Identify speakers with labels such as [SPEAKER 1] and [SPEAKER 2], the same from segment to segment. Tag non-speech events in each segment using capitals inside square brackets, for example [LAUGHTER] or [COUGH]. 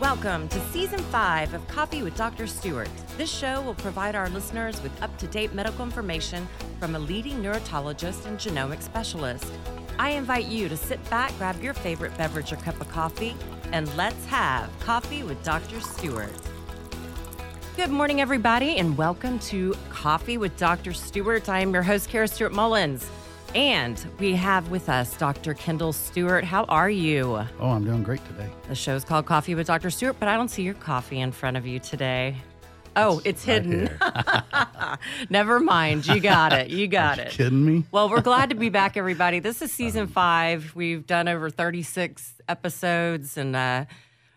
[SPEAKER 1] Welcome to Season 5 of Coffee with Dr. Stewart. This show will provide our listeners with up to date medical information from a leading neurologist and genomic specialist. I invite you to sit back, grab your favorite beverage or cup of coffee, and let's have Coffee with Dr. Stewart. Good morning, everybody, and welcome to Coffee with Dr. Stewart. I am your host, Kara Stewart Mullins. And we have with us Dr. Kendall Stewart. How are you?
[SPEAKER 2] Oh, I'm doing great today.
[SPEAKER 1] The show's called Coffee with Dr. Stewart, but I don't see your coffee in front of you today. Oh, it's
[SPEAKER 2] Right
[SPEAKER 1] hidden.
[SPEAKER 2] here.
[SPEAKER 1] [LAUGHS] Never mind. You got it.
[SPEAKER 2] [LAUGHS]
[SPEAKER 1] You got it.
[SPEAKER 2] Kidding me?
[SPEAKER 1] Well, we're glad to be back, everybody. This is season five. We've done over 36 episodes and uh,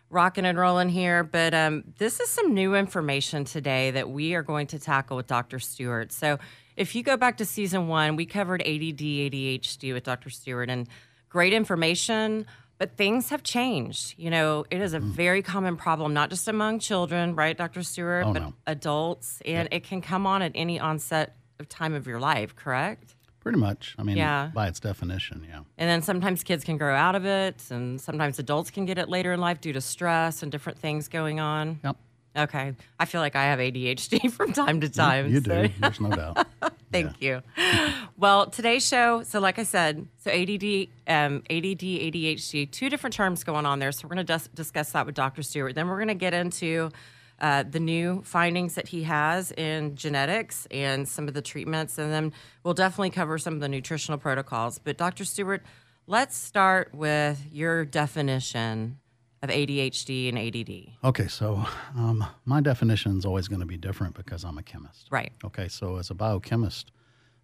[SPEAKER 1] rocking and rolling here. But um, this is some new information today that we are going to tackle with Dr. Stewart. So, if you go back to season one, we covered ADD, ADHD with Dr. Stewart and great information. But things have changed. You know, it is a very common problem, not just among children, right, Dr. Stewart, but
[SPEAKER 2] no.
[SPEAKER 1] adults. And it can come on at any onset of time of your life, correct?
[SPEAKER 2] Pretty much. I mean,
[SPEAKER 1] Yeah.
[SPEAKER 2] by its definition, yeah.
[SPEAKER 1] And then sometimes kids can grow out of it, and sometimes adults can get it later in life due to stress and different things going on.
[SPEAKER 2] Yep.
[SPEAKER 1] Okay. I feel like I have ADHD [LAUGHS] from time to time.
[SPEAKER 2] You
[SPEAKER 1] so
[SPEAKER 2] do. There's no doubt.
[SPEAKER 1] Thank you. [GASPS] well, today's show, so like I said, so ADD, um, ADD, ADHD, two different terms going on there. So we're going to dis- discuss that with Dr. Stewart. Then we're going to get into uh, the new findings that he has in genetics and some of the treatments. And then we'll definitely cover some of the nutritional protocols. But Dr. Stewart, let's start with your definition of ADHD and ADD.
[SPEAKER 2] Okay, so um, my definition is always going to be different because I'm a chemist.
[SPEAKER 1] Right.
[SPEAKER 2] Okay, so as a biochemist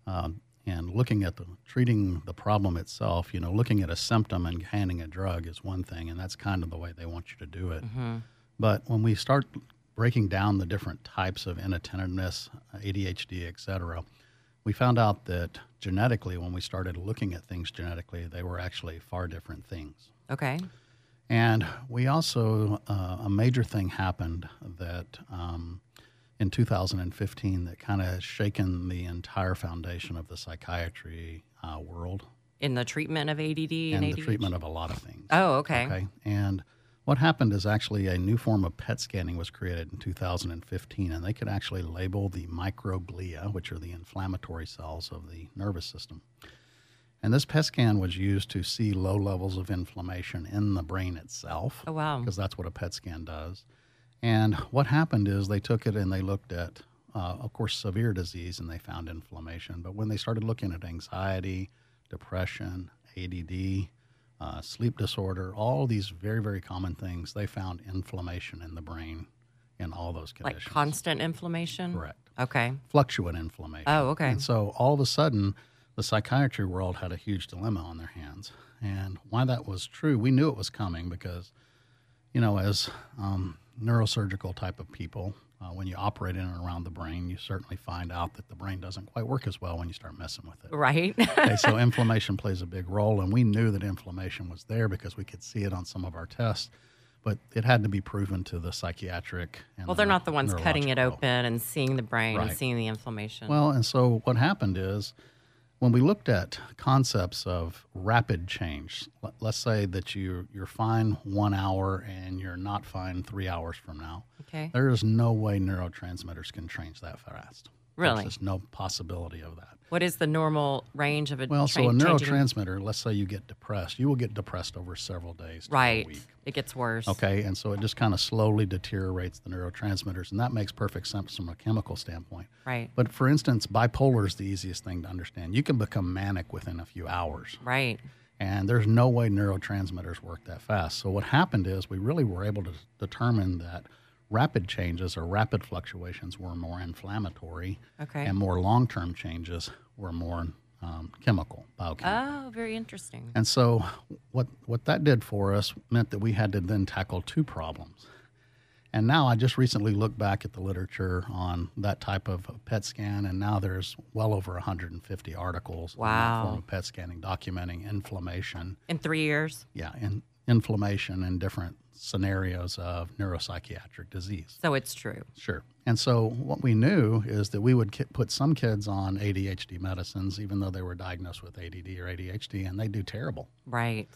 [SPEAKER 2] um, and looking at the treating the problem itself, you know, looking at a symptom and handing a drug is one thing, and that's kind of the way they want you to do it. But when we start breaking down the different types of inattentiveness, uh, ADHD, et cetera, we found out that genetically, when we started looking at things genetically, they were actually far different things.
[SPEAKER 1] Okay.
[SPEAKER 2] And we also, uh, a major thing happened that um, in 2015 that kind of shaken the entire foundation of the psychiatry uh, world
[SPEAKER 1] In the treatment of ADD and,
[SPEAKER 2] and
[SPEAKER 1] ADD.
[SPEAKER 2] the treatment of a lot of things.
[SPEAKER 1] Oh, okay.
[SPEAKER 2] Okay. And what happened is actually a new form of PET scanning was created in 2015, and they could actually label the microglia, which are the inflammatory cells of the nervous system. And this PET scan was used to see low levels of inflammation in the brain itself
[SPEAKER 1] Oh, wow.
[SPEAKER 2] because that's what a PET scan does. And what happened is they took it and they looked at, uh, of course, severe disease and they found inflammation. But when they started looking at anxiety, depression, ADD, uh, sleep disorder, all these very, very common things, they found inflammation in the brain in all those
[SPEAKER 1] Like
[SPEAKER 2] conditions.
[SPEAKER 1] constant inflammation?
[SPEAKER 2] Correct.
[SPEAKER 1] Okay.
[SPEAKER 2] Fluctuant inflammation.
[SPEAKER 1] Oh, okay.
[SPEAKER 2] And so all of a sudden, the psychiatry world had a huge dilemma on their hands. And why that was true, we knew it was coming because, you know, as um, neurosurgical type of people, uh, when you operate in and around the brain, you certainly find out that the brain doesn't quite work as well when you start messing with it.
[SPEAKER 1] Right. [LAUGHS]
[SPEAKER 2] Okay, so inflammation plays a big role, and we knew that inflammation was there because we could see it on some of our tests, but it had to be proven to the psychiatric. And
[SPEAKER 1] well, they're not the ones cutting it
[SPEAKER 2] neurological world.
[SPEAKER 1] open and seeing the brain and
[SPEAKER 2] Right.
[SPEAKER 1] seeing the inflammation.
[SPEAKER 2] Well, and so what happened is when we looked at concepts of rapid change, let, let's say that you, you're fine one hour and you're not fine three hours from now,
[SPEAKER 1] okay.
[SPEAKER 2] there is no way neurotransmitters can change that fast.
[SPEAKER 1] Really?
[SPEAKER 2] There's just no possibility of that.
[SPEAKER 1] What is the normal range of a
[SPEAKER 2] Well, so a
[SPEAKER 1] train- changing-
[SPEAKER 2] neurotransmitter, let's say you get depressed, you will get depressed over several days to a
[SPEAKER 1] Right.
[SPEAKER 2] week.
[SPEAKER 1] It gets worse.
[SPEAKER 2] Okay, and so it just kind of slowly deteriorates the neurotransmitters, and that makes perfect sense from a chemical standpoint.
[SPEAKER 1] Right.
[SPEAKER 2] But for instance, bipolar is the easiest thing to understand. You can become manic within a few hours,
[SPEAKER 1] Right.
[SPEAKER 2] and there's no way neurotransmitters work that fast. So, what happened is we really were able to determine that rapid changes or rapid fluctuations were more inflammatory,
[SPEAKER 1] Okay.
[SPEAKER 2] and more long term changes were more um, chemical, biochemical.
[SPEAKER 1] oh, very interesting.
[SPEAKER 2] And so, what what that did for us meant that we had to then tackle two problems. And now I just recently looked back at the literature on that type of PET scan, and now there's well over 150 articles on
[SPEAKER 1] Wow.
[SPEAKER 2] that form of PET scanning documenting inflammation,
[SPEAKER 1] In three years.
[SPEAKER 2] yeah, and inflammation in different scenarios of neuropsychiatric disease.
[SPEAKER 1] So it's true.
[SPEAKER 2] Sure. And so what we knew is that we would ki- put some kids on ADHD medicines, even though they were diagnosed with ADD or ADHD, and they do terrible.
[SPEAKER 1] Right.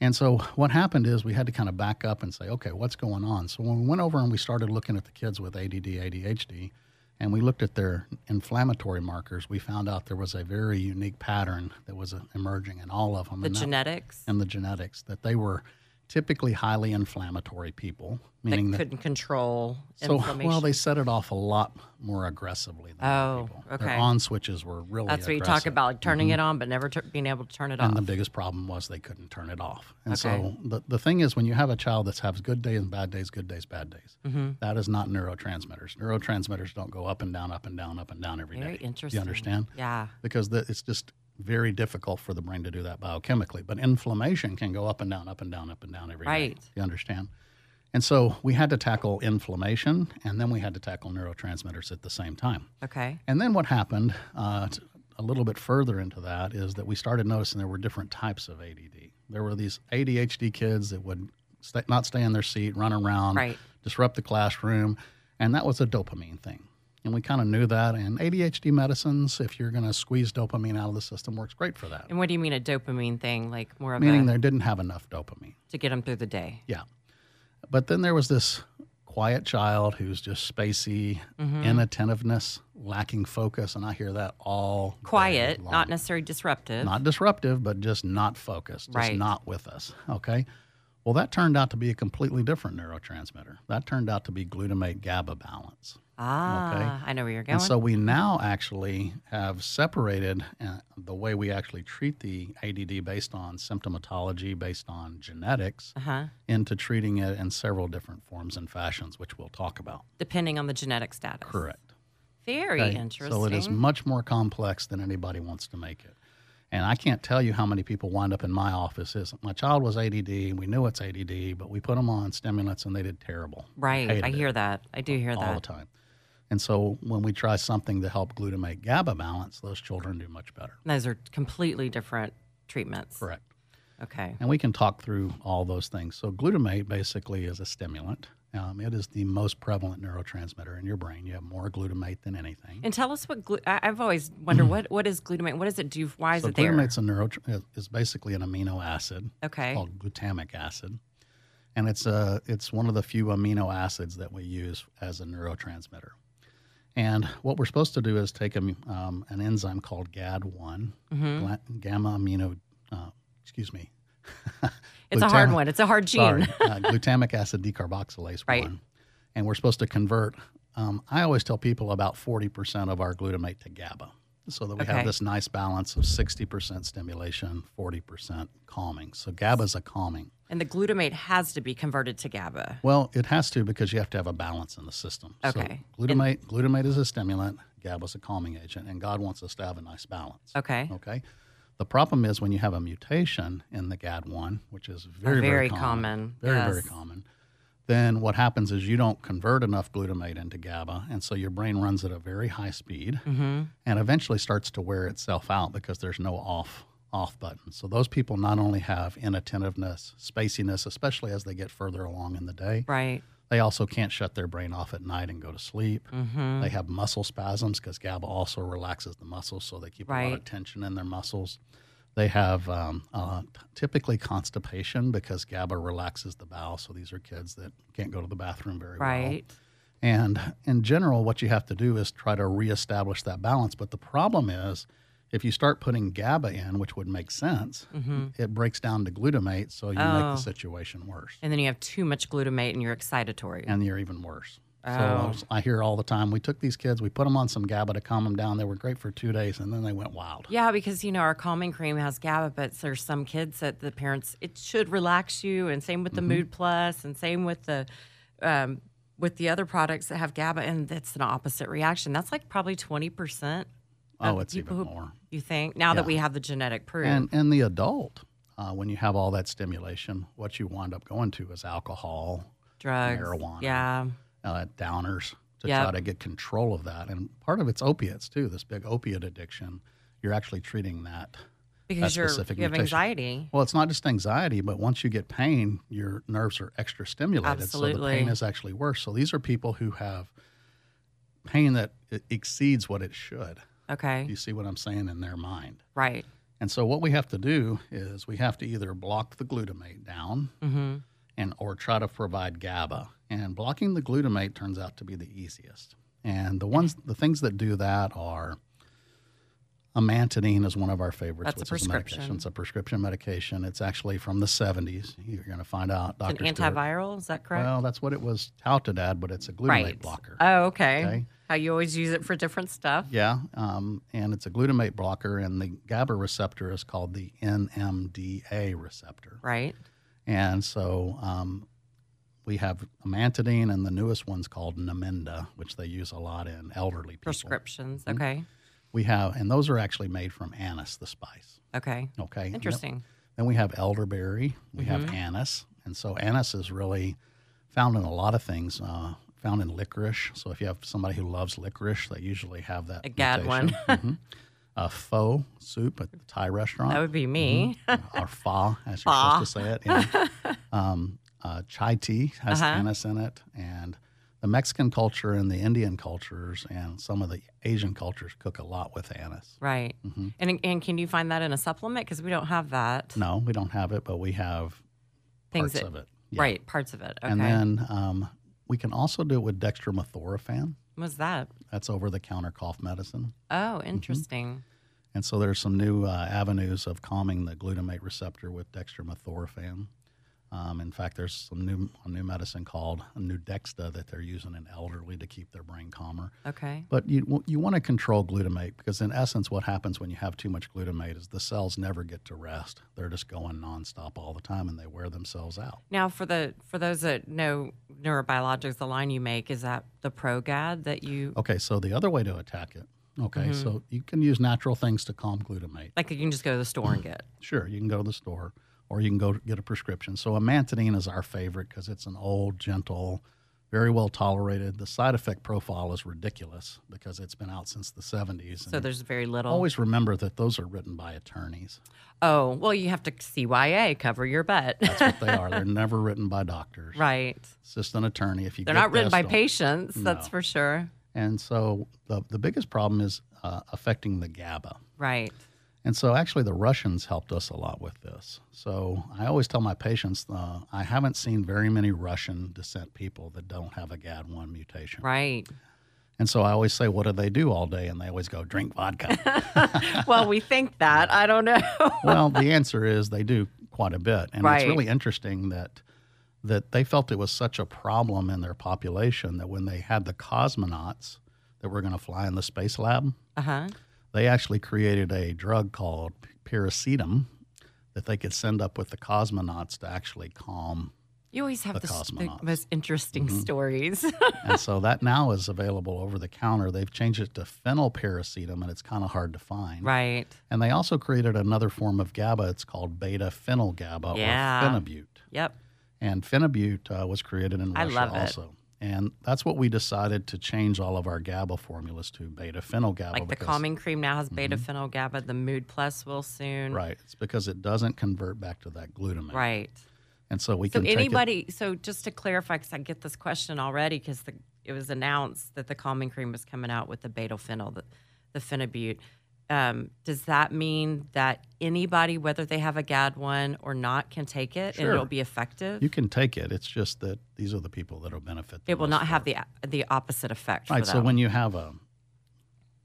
[SPEAKER 2] And so what happened is we had to kind of back up and say, okay, what's going on? So when we went over and we started looking at the kids with ADD, ADHD, and we looked at their inflammatory markers, we found out there was a very unique pattern that was uh, emerging in all of them.
[SPEAKER 1] The
[SPEAKER 2] and that-
[SPEAKER 1] genetics
[SPEAKER 2] and the genetics that they were typically highly inflammatory people, meaning
[SPEAKER 1] that
[SPEAKER 2] that.
[SPEAKER 1] couldn't control
[SPEAKER 2] so
[SPEAKER 1] inflammation.
[SPEAKER 2] well, they set it off a lot more aggressively than other
[SPEAKER 1] Oh,
[SPEAKER 2] people.
[SPEAKER 1] okay.
[SPEAKER 2] Their on switches were really.
[SPEAKER 1] That's what you talk
[SPEAKER 2] aggressive. Mm-hmm.
[SPEAKER 1] about, like turning it on but never tur being able to turn it off.
[SPEAKER 2] And the biggest problem was they couldn't turn it off. And
[SPEAKER 1] Ah. Okay.
[SPEAKER 2] so the, the thing is, when you have a child that has good days and bad days, good days, bad days,
[SPEAKER 1] Mm-hmm.
[SPEAKER 2] that is not neurotransmitters. Neurotransmitters don't go up and down, up and down, up and down every day.
[SPEAKER 1] Very interesting.
[SPEAKER 2] Do you understand?
[SPEAKER 1] Yeah.
[SPEAKER 2] Because the, it's just very difficult for the brain to do that biochemically. But inflammation can go up and down, up and down, up and down every day.
[SPEAKER 1] Right.
[SPEAKER 2] Do you understand? And so we had to tackle inflammation and then we had to tackle neurotransmitters at the same time.
[SPEAKER 1] Okay.
[SPEAKER 2] And then what happened uh, t- a little bit further into that is that we started noticing there were different types of ADD. There were these ADHD kids that would sta not stay in their seat, run around,
[SPEAKER 1] Right.
[SPEAKER 2] disrupt the classroom, and that was a dopamine thing. And we kind of knew that. And ADHD medicines, if you're going to squeeze dopamine out of the system, works great for that.
[SPEAKER 1] And what do you mean a dopamine thing? Like more of
[SPEAKER 2] Meaning
[SPEAKER 1] a
[SPEAKER 2] they didn't have enough dopamine.
[SPEAKER 1] to get them through the day.
[SPEAKER 2] Yeah. But then there was this quiet child who's just spacey,
[SPEAKER 1] Mm-hmm.
[SPEAKER 2] inattentiveness, lacking focus, and I hear that all day
[SPEAKER 1] Quiet,
[SPEAKER 2] long.
[SPEAKER 1] not necessarily disruptive.
[SPEAKER 2] not disruptive, but just not focused, just
[SPEAKER 1] Right.
[SPEAKER 2] not with us. Okay. Well, that turned out to be a completely different neurotransmitter. That turned out to be glutamate GABA balance.
[SPEAKER 1] ah, I know where you're going.
[SPEAKER 2] And so we now actually have separated uh, the way we actually treat the ADD based on symptomatology, based on genetics,
[SPEAKER 1] uh-huh.
[SPEAKER 2] into treating it in several different forms and fashions, which we'll talk about.
[SPEAKER 1] Depending on the genetic status.
[SPEAKER 2] Correct.
[SPEAKER 1] Very
[SPEAKER 2] Okay?
[SPEAKER 1] interesting.
[SPEAKER 2] So it is much more complex than anybody wants to make it. And I can't tell you how many people wind up in my office. Is my child was ADD, and we knew it's ADD, but we put them on stimulants and they did terrible
[SPEAKER 1] right.
[SPEAKER 2] hated
[SPEAKER 1] I
[SPEAKER 2] it.
[SPEAKER 1] hear that. I do hear
[SPEAKER 2] all the
[SPEAKER 1] that.
[SPEAKER 2] time. And so when we try something to help glutamate GABA balance, those children do much better.
[SPEAKER 1] Those are completely different treatments.
[SPEAKER 2] Correct.
[SPEAKER 1] Okay.
[SPEAKER 2] And we can talk through all those things. So, glutamate basically is a stimulant. Um, it is the most prevalent neurotransmitter in your brain. You have more glutamate than anything.
[SPEAKER 1] And tell us what glu- I, I've always wondered what what is glutamate? What does it do? Why is
[SPEAKER 2] Mm. so,
[SPEAKER 1] it there?
[SPEAKER 2] glutamate's a neuro is basically an amino acid
[SPEAKER 1] Okay.
[SPEAKER 2] called glutamic acid, and it's a it's one of the few amino acids that we use as a neurotransmitter. And what we're supposed to do is take a, um, an enzyme called GAD1,
[SPEAKER 1] Mhm.
[SPEAKER 2] gla- gamma amino, uh, excuse me,
[SPEAKER 1] It's a hard
[SPEAKER 2] glutamic-
[SPEAKER 1] one. It's a hard gene.
[SPEAKER 2] Sorry, uh, glutamic acid decarboxylase
[SPEAKER 1] Right.
[SPEAKER 2] 1. And we're supposed to convert, um, I always tell people about 40% of our glutamate to GABA so that we
[SPEAKER 1] Okay.
[SPEAKER 2] have this nice balance of 60% stimulation, 40% calming. So GABA is a calming.
[SPEAKER 1] And the glutamate has to be converted to GABA.
[SPEAKER 2] Well, it has to because you have to have a balance in the system.
[SPEAKER 1] Okay.
[SPEAKER 2] So glutamate, glutamate is a stimulant, GABA is a calming agent, and God wants us to have a nice balance.
[SPEAKER 1] Okay.
[SPEAKER 2] Okay. The problem is when you have a mutation in the GAD1, which is very,
[SPEAKER 1] very
[SPEAKER 2] very,
[SPEAKER 1] common,
[SPEAKER 2] common, Very, very
[SPEAKER 1] yes.
[SPEAKER 2] common. Then what happens is you don't convert enough glutamate into GABA. And so your brain runs at a very high speed and eventually starts to wear itself out because there's no off off button. So those people not only have inattentiveness, spaciness, especially as they get further along in the day,
[SPEAKER 1] Right.
[SPEAKER 2] they also can't shut their brain off at night and go to sleep.
[SPEAKER 1] Mm-hmm.
[SPEAKER 2] They have muscle spasms because GABA also relaxes the muscles, so they keep a lot
[SPEAKER 1] Right.
[SPEAKER 2] of tension in their muscles. They have um, uh, t- typically constipation because GABA relaxes the bowel. So these are kids that can't go to the bathroom very well.
[SPEAKER 1] Right.
[SPEAKER 2] And in general, what you have to do is try to reestablish that balance. But the problem is, if you start putting GABA in, which would make sense, it breaks down to glutamate, so you make
[SPEAKER 1] Mm-hmm. Oh.
[SPEAKER 2] the situation worse
[SPEAKER 1] And then you have too much glutamate and you're excitatory.
[SPEAKER 2] and they're even worse.
[SPEAKER 1] Oh.
[SPEAKER 2] So I was- I hear all the time. We took these kids, we put them on some GABA to calm them down. They were great for two days, and then they went wild.
[SPEAKER 1] yeah, because you know our calming cream has GABA, but there's some kids that the parents it should relax you, and same with
[SPEAKER 2] Mm-hmm.
[SPEAKER 1] the Mood Plus, and same with the um, with the other products that have GABA, and it's an opposite reaction. That's like probably twenty percent.
[SPEAKER 2] Oh, it's even
[SPEAKER 1] people who-
[SPEAKER 2] more.
[SPEAKER 1] You think now that
[SPEAKER 2] Yeah.
[SPEAKER 1] we have the genetic proof,
[SPEAKER 2] And and the adult, uh, when you have all that stimulation, what you wind up going to is alcohol,
[SPEAKER 1] drugs,
[SPEAKER 2] marijuana.
[SPEAKER 1] yeah,
[SPEAKER 2] uh, downers to
[SPEAKER 1] Yep.
[SPEAKER 2] try to get control of that. And part of it's opiates too. This big opiate addiction, you're actually treating that.
[SPEAKER 1] because you're
[SPEAKER 2] specific
[SPEAKER 1] you have
[SPEAKER 2] mutation.
[SPEAKER 1] anxiety,
[SPEAKER 2] Well, it's not just anxiety, but once you get pain, your nerves are extra stimulated. So the
[SPEAKER 1] Absolutely.
[SPEAKER 2] pain is actually worse. So these are people who have pain that e- exceeds what it should.
[SPEAKER 1] okay,
[SPEAKER 2] You see what I'm saying in their mind.
[SPEAKER 1] right,
[SPEAKER 2] And so what we have to do is we have to either block the glutamate down
[SPEAKER 1] Mm-hmm.
[SPEAKER 2] and or try to provide GABA. And blocking the glutamate turns out to be the easiest. And the ones the things that do that are amantadine is one of our favorites.
[SPEAKER 1] That's a
[SPEAKER 2] which is medication.
[SPEAKER 1] prescription.
[SPEAKER 2] It's a prescription medication. It's actually from the 70s. You're going to find out.
[SPEAKER 1] An
[SPEAKER 2] Dr. Stewart-
[SPEAKER 1] antiviral, is that correct?
[SPEAKER 2] Well, that's what it was touted at, but it's a glutamate
[SPEAKER 1] right.
[SPEAKER 2] blocker.
[SPEAKER 1] Oh, okay.
[SPEAKER 2] Okay.
[SPEAKER 1] How you always use it for different stuff.
[SPEAKER 2] Yeah, um, and it's a glutamate blocker, and the GABA receptor is called the NMDA receptor.
[SPEAKER 1] Right.
[SPEAKER 2] And so um, we have amantadine, and the newest one's called Namenda, which they use a lot in elderly people.
[SPEAKER 1] Prescriptions.
[SPEAKER 2] Mm-hmm.
[SPEAKER 1] Okay.
[SPEAKER 2] We have, and those are actually made from anise, the spice.
[SPEAKER 1] Okay.
[SPEAKER 2] Okay. And then-
[SPEAKER 1] Interesting. Mm-hmm.
[SPEAKER 2] Then we have elderberry, we have anise, and so anise is really found in a lot of things. Uh, found in licorice. So if you have somebody who loves licorice, they usually have that.
[SPEAKER 1] A gad
[SPEAKER 2] mutation.
[SPEAKER 1] [LAUGHS]
[SPEAKER 2] Mhm. A pho soup at the Thai restaurant.
[SPEAKER 1] That would be me.
[SPEAKER 2] [LAUGHS] or pho, as you're
[SPEAKER 1] Pho.
[SPEAKER 2] supposed to say it. yeah.
[SPEAKER 1] [LAUGHS]
[SPEAKER 2] um, uh, chai tea has
[SPEAKER 1] Uh-huh.
[SPEAKER 2] anise in it, and the Mexican culture and the Indian cultures and some of the Asian cultures cook a lot with anise.
[SPEAKER 1] Right. And and can you find that in a supplement? Because we don't have that.
[SPEAKER 2] Mm-hmm. No, we don't have it, but we have
[SPEAKER 1] Things
[SPEAKER 2] parts
[SPEAKER 1] that-
[SPEAKER 2] of it. Yeah.
[SPEAKER 1] Right. Parts of it. Okay.
[SPEAKER 2] And then um, we can also do it with dextromethorphan.
[SPEAKER 1] What's that?
[SPEAKER 2] That's over the counter cough medicine.
[SPEAKER 1] Oh, interesting.
[SPEAKER 2] And so there's some new uh, avenues of calming the glutamate receptor with dextromethorphan. Um, in fact, there's some new a new medicine called Nudexta that they're using in elderly to keep their brain calmer.
[SPEAKER 1] Okay.
[SPEAKER 2] But you you want to control glutamate because in essence, what happens when you have too much glutamate is the cells never get to rest. They're just going nonstop all the time, and they wear themselves out.
[SPEAKER 1] Now, for the for those that know neurobiologics, the line you make is that the Progad that you
[SPEAKER 2] Okay, so the other way to attack it. Okay, so you can use natural things to calm glutamate.
[SPEAKER 1] like you can just go to the store
[SPEAKER 2] Mm-hmm.
[SPEAKER 1] and get.
[SPEAKER 2] Sure, you can go to the store or you can go get a prescription. So amantadine is our favorite because it's an old, gentle, very well tolerated. The side effect profile is ridiculous because it's been out since the 70s.
[SPEAKER 1] So
[SPEAKER 2] And
[SPEAKER 1] there's very little.
[SPEAKER 2] Mm-hmm. always remember that those are written by attorneys.
[SPEAKER 1] oh, well, you have to CYA cover your butt.
[SPEAKER 2] That's what they are. They're never written by
[SPEAKER 1] [LAUGHS]
[SPEAKER 2] doctors.
[SPEAKER 1] right.
[SPEAKER 2] It's just an attorney. If you
[SPEAKER 1] They're
[SPEAKER 2] get
[SPEAKER 1] not written
[SPEAKER 2] this,
[SPEAKER 1] by
[SPEAKER 2] don't-
[SPEAKER 1] patients. That's for sure.
[SPEAKER 2] And so the, the biggest problem is uh, affecting the GABA.
[SPEAKER 1] Right.
[SPEAKER 2] And so, actually, the Russians helped us a lot with this. So, I always tell my patients uh, I haven't seen very many Russian descent people that don't have a GAD1 mutation.
[SPEAKER 1] Right.
[SPEAKER 2] [LAUGHS] And so, I always say, What do they do all day? And they always go, Drink vodka. [LAUGHS]
[SPEAKER 1] well, we think that. I don't know.
[SPEAKER 2] well, the answer is they do quite a bit. And
[SPEAKER 1] Right.
[SPEAKER 2] it's really interesting that. That they felt it was such a problem in their population that when they had the cosmonauts that were going to fly in the space lab,
[SPEAKER 1] Uh huh.
[SPEAKER 2] they actually created a drug called piracetam that they could send up with the cosmonauts to actually calm.
[SPEAKER 1] You always have
[SPEAKER 2] The
[SPEAKER 1] the, s- the
[SPEAKER 2] cosmonauts.
[SPEAKER 1] most interesting
[SPEAKER 2] Mm-hmm.
[SPEAKER 1] stories.
[SPEAKER 2] [LAUGHS]
[SPEAKER 1] [LAUGHS]
[SPEAKER 2] and so that now is available over the counter. They've changed it to phenylpiracetam, and it's kind of hard to find.
[SPEAKER 1] right.
[SPEAKER 2] And they also created another form of GABA. It's called beta phenyl GABA
[SPEAKER 1] Yeah.
[SPEAKER 2] or phenibute.
[SPEAKER 1] Yep.
[SPEAKER 2] And phenibute uh, was created in
[SPEAKER 1] I
[SPEAKER 2] Russia
[SPEAKER 1] love it.
[SPEAKER 2] also. And that's what we decided to change all of our GABA formulas to beta phenyl GABA.
[SPEAKER 1] Like the calming cream now has beta phenyl GABA. The Mood Plus will soon.
[SPEAKER 2] Mm-hmm. Right. It's because it doesn't convert back to that glutamate.
[SPEAKER 1] Right.
[SPEAKER 2] And so we
[SPEAKER 1] So
[SPEAKER 2] can take it-
[SPEAKER 1] anybody. So just to clarify, because I get this question already, because it was announced that the calming cream was coming out with the beta phenyl, the, the phenibut. Um, does that mean that anybody, whether they have a GAD one or not, can take it and
[SPEAKER 2] Sure.
[SPEAKER 1] it'll be effective?
[SPEAKER 2] You can take it. It's just that these are the people that will benefit. the
[SPEAKER 1] it will
[SPEAKER 2] most
[SPEAKER 1] not
[SPEAKER 2] from
[SPEAKER 1] have the the opposite effect.
[SPEAKER 2] it. Right.
[SPEAKER 1] For
[SPEAKER 2] So
[SPEAKER 1] them.
[SPEAKER 2] when you have a,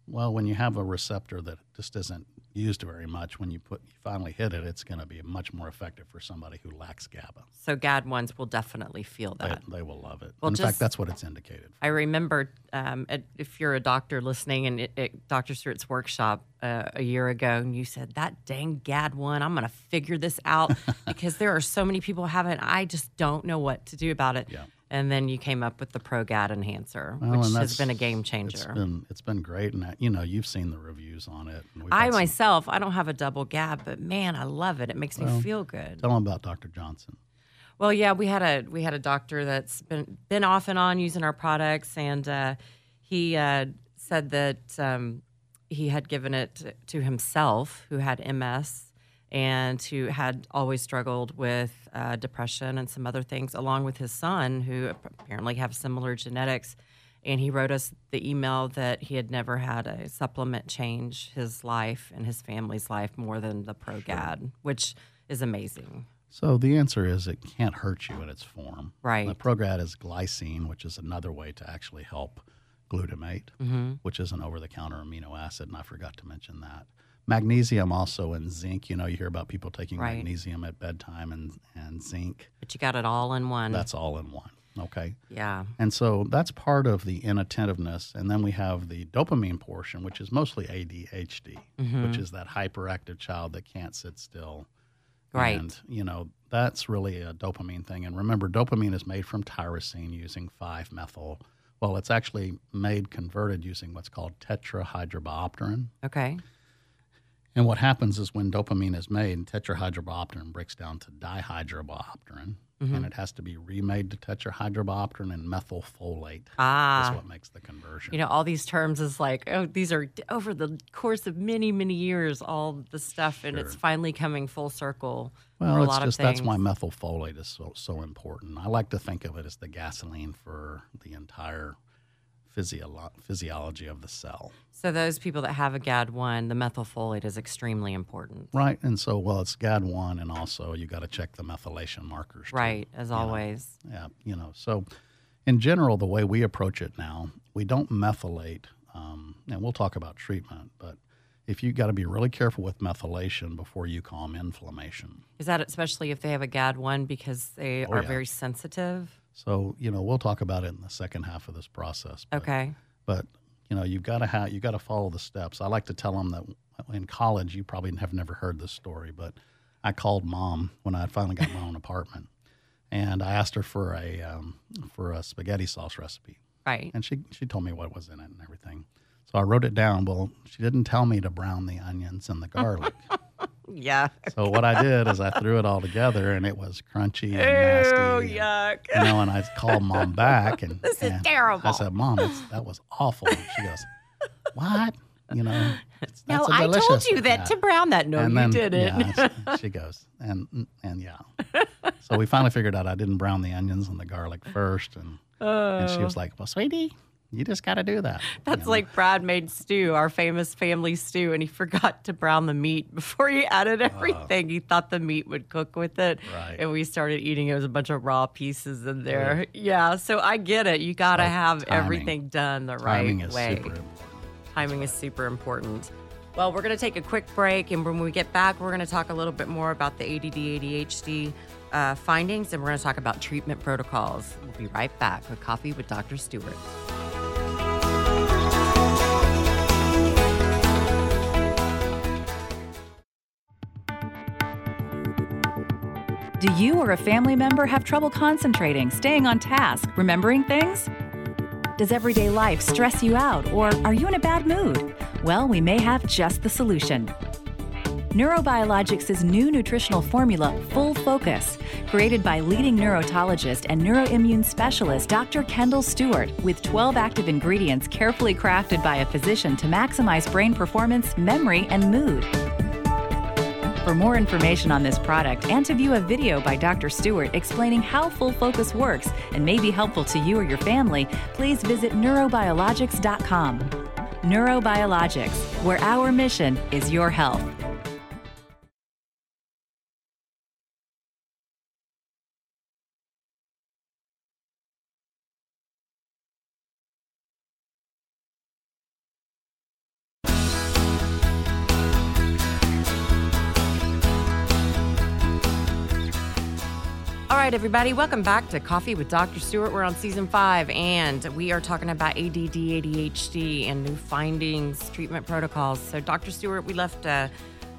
[SPEAKER 2] well, when you have a receptor that just isn't used very much, when you put you finally hit it, it's going to be much more effective for somebody who lacks GABA.
[SPEAKER 1] So GAD ones will definitely feel
[SPEAKER 2] They,
[SPEAKER 1] that.
[SPEAKER 2] they will love it.
[SPEAKER 1] Well,
[SPEAKER 2] In
[SPEAKER 1] just-
[SPEAKER 2] fact, that's what it's indicated.
[SPEAKER 1] I remember um, at, if you're a doctor listening and it, it, Dr. Stewart's workshop uh, a year ago, and you said, That dang GAD one, I'm going to figure this
[SPEAKER 2] [LAUGHS]
[SPEAKER 1] out because there are so many people having, I just don't know what to do about it.
[SPEAKER 2] Yeah.
[SPEAKER 1] And then you came up with the Pro GAD enhancer,
[SPEAKER 2] Well,
[SPEAKER 1] which
[SPEAKER 2] and
[SPEAKER 1] has been a
[SPEAKER 2] that's-
[SPEAKER 1] game
[SPEAKER 2] It's
[SPEAKER 1] changer.
[SPEAKER 2] been it's been great, and uh, you know you've seen the reviews on it. And we've
[SPEAKER 1] I
[SPEAKER 2] had some-
[SPEAKER 1] myself, I don't have a double GAD, but man, I love it. It makes me feel good.
[SPEAKER 2] tell them about Dr. Johnson.
[SPEAKER 1] Well, yeah, we had a we had a doctor that's been been off and on using our products, and uh, he uh, said that um, he had given it to himself, who had MS and who had always struggled with uh, depression and some other things, along with his son, who apparently have similar genetics. And he wrote us the email that he had never had a supplement change his life and his family's life more than the ProGad, which is amazing.
[SPEAKER 2] So the answer is it can't hurt you in its form.
[SPEAKER 1] Right.
[SPEAKER 2] The Prograd is glycine, which is another way to actually help glutamate, which is an over-the-counter amino acid, and I forgot to mention that. Magnesium also and zinc. You know, you hear about people taking
[SPEAKER 1] Right. Mm-hmm.
[SPEAKER 2] magnesium at bedtime and, and zinc.
[SPEAKER 1] But you got it all in one.
[SPEAKER 2] That's all in one. Okay.
[SPEAKER 1] yeah.
[SPEAKER 2] And so that's part of the inattentiveness. And then we have the dopamine portion, which is mostly ADHD,
[SPEAKER 1] Mm-hmm.
[SPEAKER 2] which is that hyperactive child that can't sit still.
[SPEAKER 1] Right.
[SPEAKER 2] And, you know, that's really a dopamine thing. And remember, dopamine is made from tyrosine using 5 methyl. Well, it's actually made converted using what's called tetrahydrobiopterin.
[SPEAKER 1] Okay.
[SPEAKER 2] And what happens is when dopamine is made, tetrahydrobiopterin breaks down to dihydrobiopterin,
[SPEAKER 1] Mm-hmm.
[SPEAKER 2] and it has to be remade to tetrahydrobiopterin and methylfolate.
[SPEAKER 1] Ah.
[SPEAKER 2] That's what makes the conversion.
[SPEAKER 1] you know all these terms is like oh these are d- over the course of many many years all the stuff and it's finally coming full circle for
[SPEAKER 2] well,
[SPEAKER 1] a
[SPEAKER 2] it's
[SPEAKER 1] lot
[SPEAKER 2] just
[SPEAKER 1] of things
[SPEAKER 2] that's why methylfolate is so so important. I like to think of it as the gasoline for the entire physiolo- physiology of the cell.
[SPEAKER 1] so those people that have a gad1 the methylfolate is extremely important
[SPEAKER 2] Right, and so well, it's GAD1, and also you got to check the methylation markers. too.
[SPEAKER 1] right as always
[SPEAKER 2] Yeah, you know. So, in general, the way we approach it now, we don't methylate, um, and we'll talk about treatment. But if you got to be really careful with methylation before you calm inflammation.
[SPEAKER 1] is that especially if they have a gad1 because they
[SPEAKER 2] Oh,
[SPEAKER 1] are very sensitive
[SPEAKER 2] So you know, we'll talk about it in the second half of this process. But,
[SPEAKER 1] okay
[SPEAKER 2] But you know, you've got to have you got to follow the steps. I like to tell them that in college, you probably have never heard this story, but I called mom when I finally got my own apartment, and I asked her for a um, for a spaghetti sauce recipe.
[SPEAKER 1] right
[SPEAKER 2] and she she told me what was in it and everything. So I wrote it down. Well, she didn't tell me to brown the onions and the garlic.
[SPEAKER 1] yeah
[SPEAKER 2] so what I did is I threw it all together, and it was crunchy and nasty.
[SPEAKER 1] oh
[SPEAKER 2] and,
[SPEAKER 1] yuck
[SPEAKER 2] [LAUGHS] You know, and I called mom back,
[SPEAKER 1] [LAUGHS]
[SPEAKER 2] and this
[SPEAKER 1] is terrible.
[SPEAKER 2] I said, "Mom, it's, that was awful." And she goes, "What?" You know, it's,
[SPEAKER 1] [LAUGHS] no
[SPEAKER 2] that's a
[SPEAKER 1] I told
[SPEAKER 2] delicious-
[SPEAKER 1] you that
[SPEAKER 2] Yeah.
[SPEAKER 1] to brown that no you didn't
[SPEAKER 2] Yeah, and she goes, and and yeah. So we finally figured out I didn't brown the onions and the garlic first, and and she was like, "Well, sweetie, you just got to do that." you
[SPEAKER 1] Oh. That's
[SPEAKER 2] know.
[SPEAKER 1] like Brad made stew, our famous family stew, and he [LAUGHS] forgot to brown the meat before he added everything. he thought the meat would cook with it.
[SPEAKER 2] Right.
[SPEAKER 1] And we started eating. It was a bunch of raw pieces in there. Yeah. so I get it. You got to
[SPEAKER 2] like
[SPEAKER 1] have
[SPEAKER 2] timing.
[SPEAKER 1] everything done the
[SPEAKER 2] timing
[SPEAKER 1] right
[SPEAKER 2] is
[SPEAKER 1] way.
[SPEAKER 2] super important.
[SPEAKER 1] timing is super important. Well, we're going to take a quick break. And when we get back, we're going to talk a little bit more about the ADD, ADHD uh, findings, and we're going to talk about treatment protocols. We'll be right back with Coffee with Dr. Stewart.
[SPEAKER 3] Do you or a family member have trouble concentrating, staying on task, remembering things? Does everyday life stress you out, or are you in a bad mood? Well, we may have just the solution. Neurobiologics' new nutritional formula, Full Focus, created by leading neurotologist and neuroimmune specialist Dr. Kendall Stewart, with 12 active ingredients carefully crafted by a physician to maximize brain performance, memory, and mood. For more information on this product and to view a video by Dr. Stewart explaining how Full Focus works and may be helpful to you or your family, please visit neurobiologics.com. Neurobiologics, where our mission is your health.
[SPEAKER 1] All right, everybody, welcome back to Coffee with Dr. Stewart. We're on season five, and we are talking about ADD, ADHD, and new findings, treatment protocols. So, Dr. Stewart, we left uh,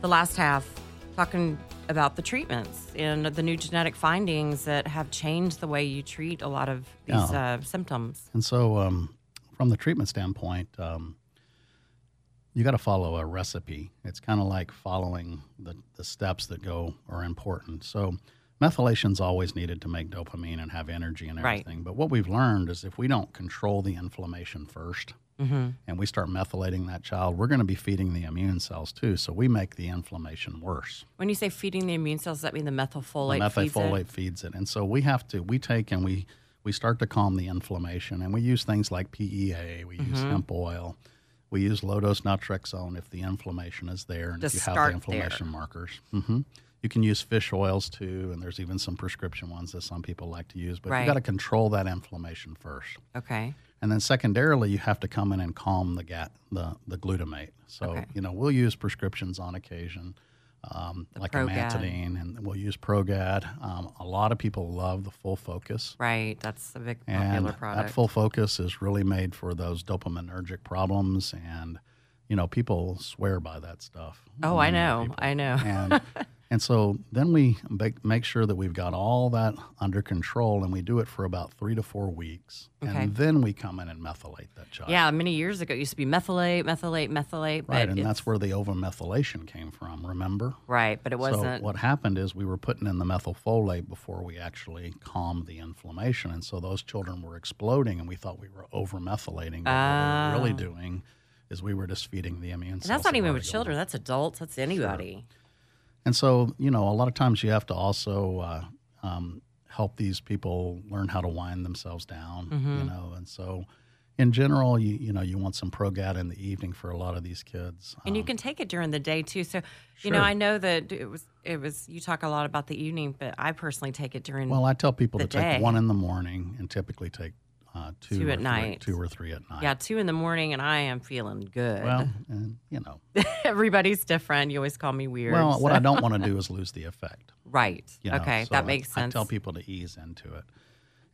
[SPEAKER 1] the last half talking about the treatments and the new genetic findings that have changed the way you treat a lot of these
[SPEAKER 2] Oh.
[SPEAKER 1] uh, symptoms.
[SPEAKER 2] And so, um, from the treatment standpoint, um, you got to follow a recipe. It's kind of like following the, the steps that go are important. So, methylation's always needed to make dopamine and have energy and
[SPEAKER 1] Right.
[SPEAKER 2] everything. But what we've learned is if we don't control the inflammation 1st and we start methylating that child, we're going to be feeding the immune cells too. So, we make the inflammation worse.
[SPEAKER 1] When you say feeding the immune cells, does that mean the methylfolate?
[SPEAKER 2] the
[SPEAKER 1] feeds it?
[SPEAKER 2] methylfolate feeds it. and so we have to we take and we we start to calm the inflammation. And we use things like PEA, we
[SPEAKER 1] Mm-hmm.
[SPEAKER 2] use hemp oil, we use low dose naltrexone if the inflammation is there and
[SPEAKER 1] Just
[SPEAKER 2] if you have
[SPEAKER 1] start
[SPEAKER 2] the
[SPEAKER 1] there.
[SPEAKER 2] inflammation markers. hmm You can use fish oils too, and there's even some prescription ones that some people like to use, but
[SPEAKER 1] Right.
[SPEAKER 2] you got to control that inflammation first.
[SPEAKER 1] Okay.
[SPEAKER 2] And then secondarily, you have to come in and calm the ga- the, the glutamate. So,
[SPEAKER 1] Okay.
[SPEAKER 2] you know, we'll use prescriptions on occasion, um, like
[SPEAKER 1] Progad.
[SPEAKER 2] amantadine, and we'll use Progad. Um, a lot of people love the full focus.
[SPEAKER 1] Right. That's a big
[SPEAKER 2] And
[SPEAKER 1] popular product.
[SPEAKER 2] that full focus is really made for those dopaminergic problems. And, you know, people swear by that stuff.
[SPEAKER 1] oh, I
[SPEAKER 2] mean,
[SPEAKER 1] know. I know.
[SPEAKER 2] and and so then we make, make sure that we've got all that under control and we do it for about three to four weeks
[SPEAKER 1] Okay.
[SPEAKER 2] and then we come in and methylate that child
[SPEAKER 1] [LAUGHS] Yeah, many years ago it used to be methylate, methylate, methylate.
[SPEAKER 2] right
[SPEAKER 1] but
[SPEAKER 2] and
[SPEAKER 1] it's-
[SPEAKER 2] that's where the ovamethylation came from remember
[SPEAKER 1] Right, but it
[SPEAKER 2] so
[SPEAKER 1] wasn't.
[SPEAKER 2] what happened is we were putting in the methylfolate before we actually calmed the inflammation and so those children were exploding and we thought we were overmethylating but what we were really doing is we were just feeding the
[SPEAKER 1] Ah.
[SPEAKER 2] immune
[SPEAKER 1] and that's
[SPEAKER 2] cells
[SPEAKER 1] not
[SPEAKER 2] that
[SPEAKER 1] even
[SPEAKER 2] were
[SPEAKER 1] with
[SPEAKER 2] already
[SPEAKER 1] children. That's adults. That's anybody.
[SPEAKER 2] And so, you know, a lot of times you have to also uh, um, help these people learn how to wind themselves down,
[SPEAKER 1] Mm-hmm.
[SPEAKER 2] you know. And so, in general, you you know, you want some Progad in the evening for a lot of these kids.
[SPEAKER 1] And you
[SPEAKER 2] Um,
[SPEAKER 1] can take it during the day too. So, you know,
[SPEAKER 2] Sure.
[SPEAKER 1] I know that it was. It was. You talk a lot about the evening, but I personally take it during.
[SPEAKER 2] well, I tell people
[SPEAKER 1] Mm-hmm. the
[SPEAKER 2] to
[SPEAKER 1] day.
[SPEAKER 2] take one in the morning and typically take uh, two,
[SPEAKER 1] Two
[SPEAKER 2] or
[SPEAKER 1] at
[SPEAKER 2] three,
[SPEAKER 1] night.
[SPEAKER 2] two or three at night.
[SPEAKER 1] yeah, two in the morning, and I am feeling good.
[SPEAKER 2] Well, and you know,
[SPEAKER 1] [LAUGHS] Everybody's different. You always call me weird.
[SPEAKER 2] well, what
[SPEAKER 1] so- [LAUGHS]
[SPEAKER 2] I don't want to do is lose the effect.
[SPEAKER 1] right.
[SPEAKER 2] You know,
[SPEAKER 1] okay,
[SPEAKER 2] so
[SPEAKER 1] that
[SPEAKER 2] I-
[SPEAKER 1] makes
[SPEAKER 2] I
[SPEAKER 1] sense.
[SPEAKER 2] tell people to ease into it.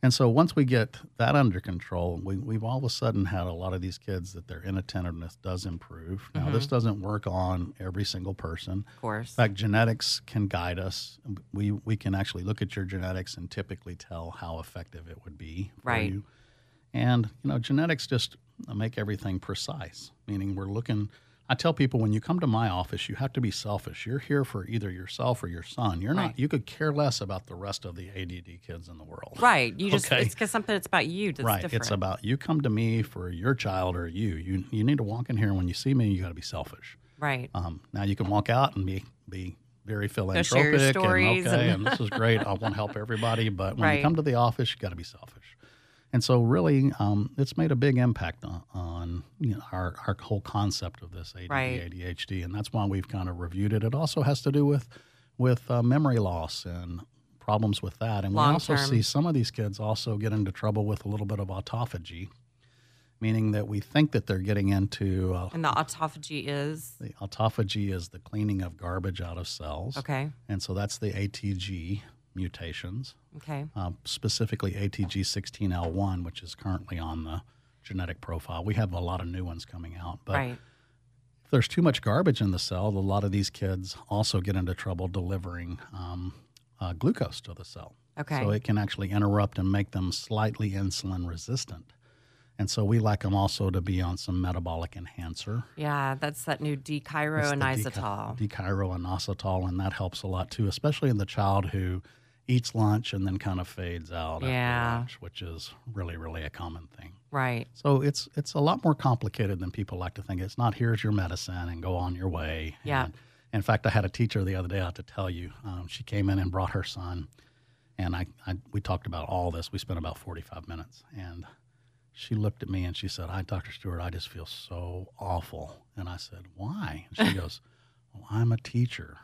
[SPEAKER 2] And so once we get that under control, we, we've all of a sudden had a lot of these kids that their inattentiveness does improve. Now, this
[SPEAKER 1] Mm-hmm.
[SPEAKER 2] doesn't work on every single person.
[SPEAKER 1] of course.
[SPEAKER 2] In fact, genetics can guide us. We, we can actually look at your genetics and typically tell how effective it would be for
[SPEAKER 1] Right.
[SPEAKER 2] you. And, you know, genetics just make everything precise, meaning we're looking. I tell people when you come to my office, you have to be selfish. You're here for either yourself or your son. You're not,
[SPEAKER 1] Right.
[SPEAKER 2] you could care less about the rest of the ADD kids in the world.
[SPEAKER 1] Right. You just.
[SPEAKER 2] Okay.
[SPEAKER 1] It's because something that's about you. That's
[SPEAKER 2] Right.
[SPEAKER 1] Different.
[SPEAKER 2] It's about you come to me for your child or you. You, you need to walk in here. When you see me, you got to be selfish.
[SPEAKER 1] Right.
[SPEAKER 2] Um, now you can walk out and be be very philanthropic
[SPEAKER 1] share your stories
[SPEAKER 2] and okay,
[SPEAKER 1] and-
[SPEAKER 2] and this is great. I want to help everybody, but when
[SPEAKER 1] Right.
[SPEAKER 2] you come to the office, you got to be selfish. And so, really, um, it's made a big impact on, on you know, our our whole concept of this ADD,
[SPEAKER 1] Right.
[SPEAKER 2] ADHD, and that's why we've kind of reviewed it. It also has to do with with uh, memory loss and problems with that, and we also
[SPEAKER 1] Long-term.
[SPEAKER 2] see some of these kids also get into trouble with a little bit of autophagy, meaning that we think that they're getting into uh,
[SPEAKER 1] and the autophagy is
[SPEAKER 2] the autophagy is the cleaning of garbage out of cells.
[SPEAKER 1] okay.
[SPEAKER 2] And so that's the ATG mutations,
[SPEAKER 1] Okay.
[SPEAKER 2] um, specifically ATG16L1, which is currently on the genetic profile. We have a lot of new ones coming out. But
[SPEAKER 1] right.
[SPEAKER 2] if there's too much garbage in the cell, a lot of these kids also get into trouble delivering um, uh, glucose to the cell.
[SPEAKER 1] Okay.
[SPEAKER 2] So it can actually interrupt and make them slightly insulin resistant. And so we like them also to be on some metabolic enhancer.
[SPEAKER 1] Yeah, that's that new D-Cairo
[SPEAKER 2] It's
[SPEAKER 1] and
[SPEAKER 2] the deca-
[SPEAKER 1] Isotol.
[SPEAKER 2] Deciro and inositol, and that helps a lot too, especially in the child who eats lunch and then kind of fades out
[SPEAKER 1] Yeah.
[SPEAKER 2] after lunch, which is really, really a common thing.
[SPEAKER 1] right.
[SPEAKER 2] So it's it's a lot more complicated than people like to think. It's not here's your medicine and go on your way.
[SPEAKER 1] Yeah.
[SPEAKER 2] And in fact, I had a teacher the other day. I have to tell you, um, she came in and brought her son, and I, I we talked about all this. We spent about forty five minutes, and she looked at me and she said, "Hi, Doctor Stewart. I just feel so awful." And I said, "Why?"
[SPEAKER 1] [LAUGHS]
[SPEAKER 2] And she goes, well, "I'm a teacher,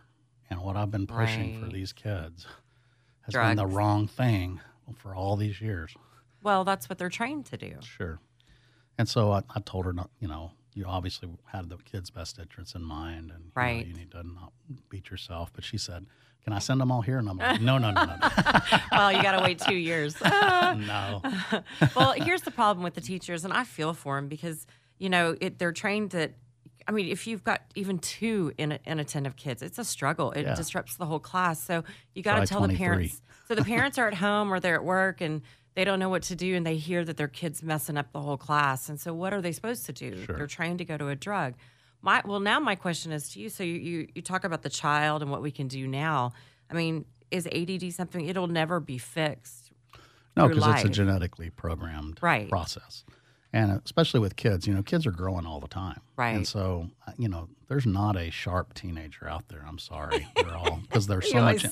[SPEAKER 2] and what I've been pushing for
[SPEAKER 1] Right.
[SPEAKER 2] these kids has been the
[SPEAKER 1] Drugs.
[SPEAKER 2] wrong thing for all these years."
[SPEAKER 1] Well, that's what they're trained to do.
[SPEAKER 2] Sure. And so I, I told her, not, you know, you obviously had the kid's best interests in mind, and you know, you,
[SPEAKER 1] Right.
[SPEAKER 2] need to not beat yourself. But she said, "Can I send them all here?" And I'm like, "No, no,
[SPEAKER 1] [LAUGHS]
[SPEAKER 2] no, no,
[SPEAKER 1] well, you got to wait two years.
[SPEAKER 2] no, no."
[SPEAKER 1] well, here's the problem with the teachers, and I feel for them because you know it, they're trained that. I mean, if you've got even two in, inattentive kids, it's a struggle. It
[SPEAKER 2] Yeah.
[SPEAKER 1] disrupts the whole class. So you got
[SPEAKER 2] Try
[SPEAKER 1] to tell the
[SPEAKER 2] 23.
[SPEAKER 1] parents. So the parents are at home or they're at work and they don't know what to do, and they hear that their kid's messing up the whole class. And so what are they supposed to do?
[SPEAKER 2] Sure.
[SPEAKER 1] They're trained to go to a drug. My well, now my question is to you. So you, you you talk about the child and what we can do now. I mean, is ADD something? It'll never be fixed.
[SPEAKER 2] No,
[SPEAKER 1] through
[SPEAKER 2] because it's a
[SPEAKER 1] life.
[SPEAKER 2] genetically programmed
[SPEAKER 1] Right.
[SPEAKER 2] process. And uh, especially with kids, you know, kids are growing all the time.
[SPEAKER 1] Right.
[SPEAKER 2] And so, uh, you know, there's not a
[SPEAKER 1] [LAUGHS]
[SPEAKER 2] sharp teenager out there. I'm sorry. They're all, because there's so much,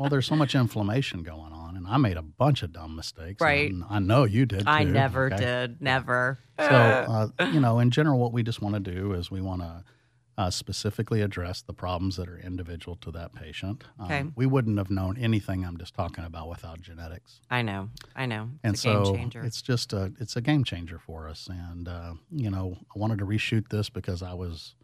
[SPEAKER 2] well, there's so much inflammation going on. And I made a bunch of dumb mistakes.
[SPEAKER 1] Right.
[SPEAKER 2] and I know you did.
[SPEAKER 1] I
[SPEAKER 2] too,
[SPEAKER 1] never
[SPEAKER 2] okay?
[SPEAKER 1] did. Never.
[SPEAKER 2] So, uh,
[SPEAKER 1] [LAUGHS]
[SPEAKER 2] you know, in general, what we just want to do is we want to uh, specifically address the problems that are individual to that patient. Um,
[SPEAKER 1] Okay.
[SPEAKER 2] We wouldn't have known anything I'm just talking about without genetics.
[SPEAKER 1] I know. I know. It's
[SPEAKER 2] And
[SPEAKER 1] a
[SPEAKER 2] so
[SPEAKER 1] game changer.
[SPEAKER 2] it's just a it's a game changer for us. And uh, you know, I wanted to reshoot this because I was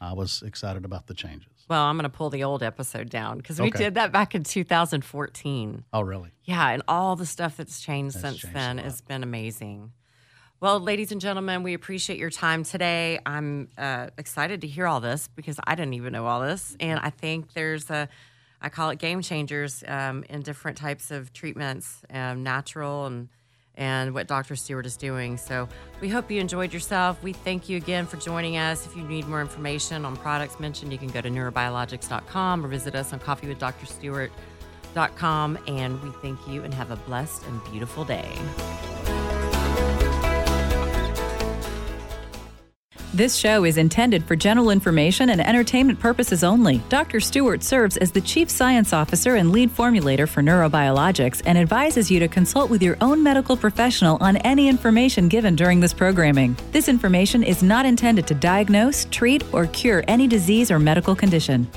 [SPEAKER 2] I was excited about the changes.
[SPEAKER 1] well, I'm going to pull the old episode down because we
[SPEAKER 2] Okay.
[SPEAKER 1] did that back in 2014.
[SPEAKER 2] Oh, really?
[SPEAKER 1] Yeah, and all the stuff that's changed
[SPEAKER 2] That's
[SPEAKER 1] since
[SPEAKER 2] changed a
[SPEAKER 1] then
[SPEAKER 2] lot.
[SPEAKER 1] has been amazing. Well, ladies and gentlemen, we appreciate your time today. I'm uh, excited to hear all this because I didn't even know all this, and I think there's a, I call it game changers um, in different types of treatments, um, natural and and what Dr. Stewart is doing. So we hope you enjoyed yourself. We thank you again for joining us. If you need more information on products mentioned, you can go to neurobiologics.com or visit us on Coffee with Dr. Stewart com and we thank you and have a blessed and beautiful day.
[SPEAKER 3] This show is intended for general information and entertainment purposes only. Dr. Stewart serves as the Chief Science Officer and lead formulator for neurobiologics and advises you to consult with your own medical professional on any information given during this programming. This information is not intended to diagnose, treat, or cure any disease or medical condition.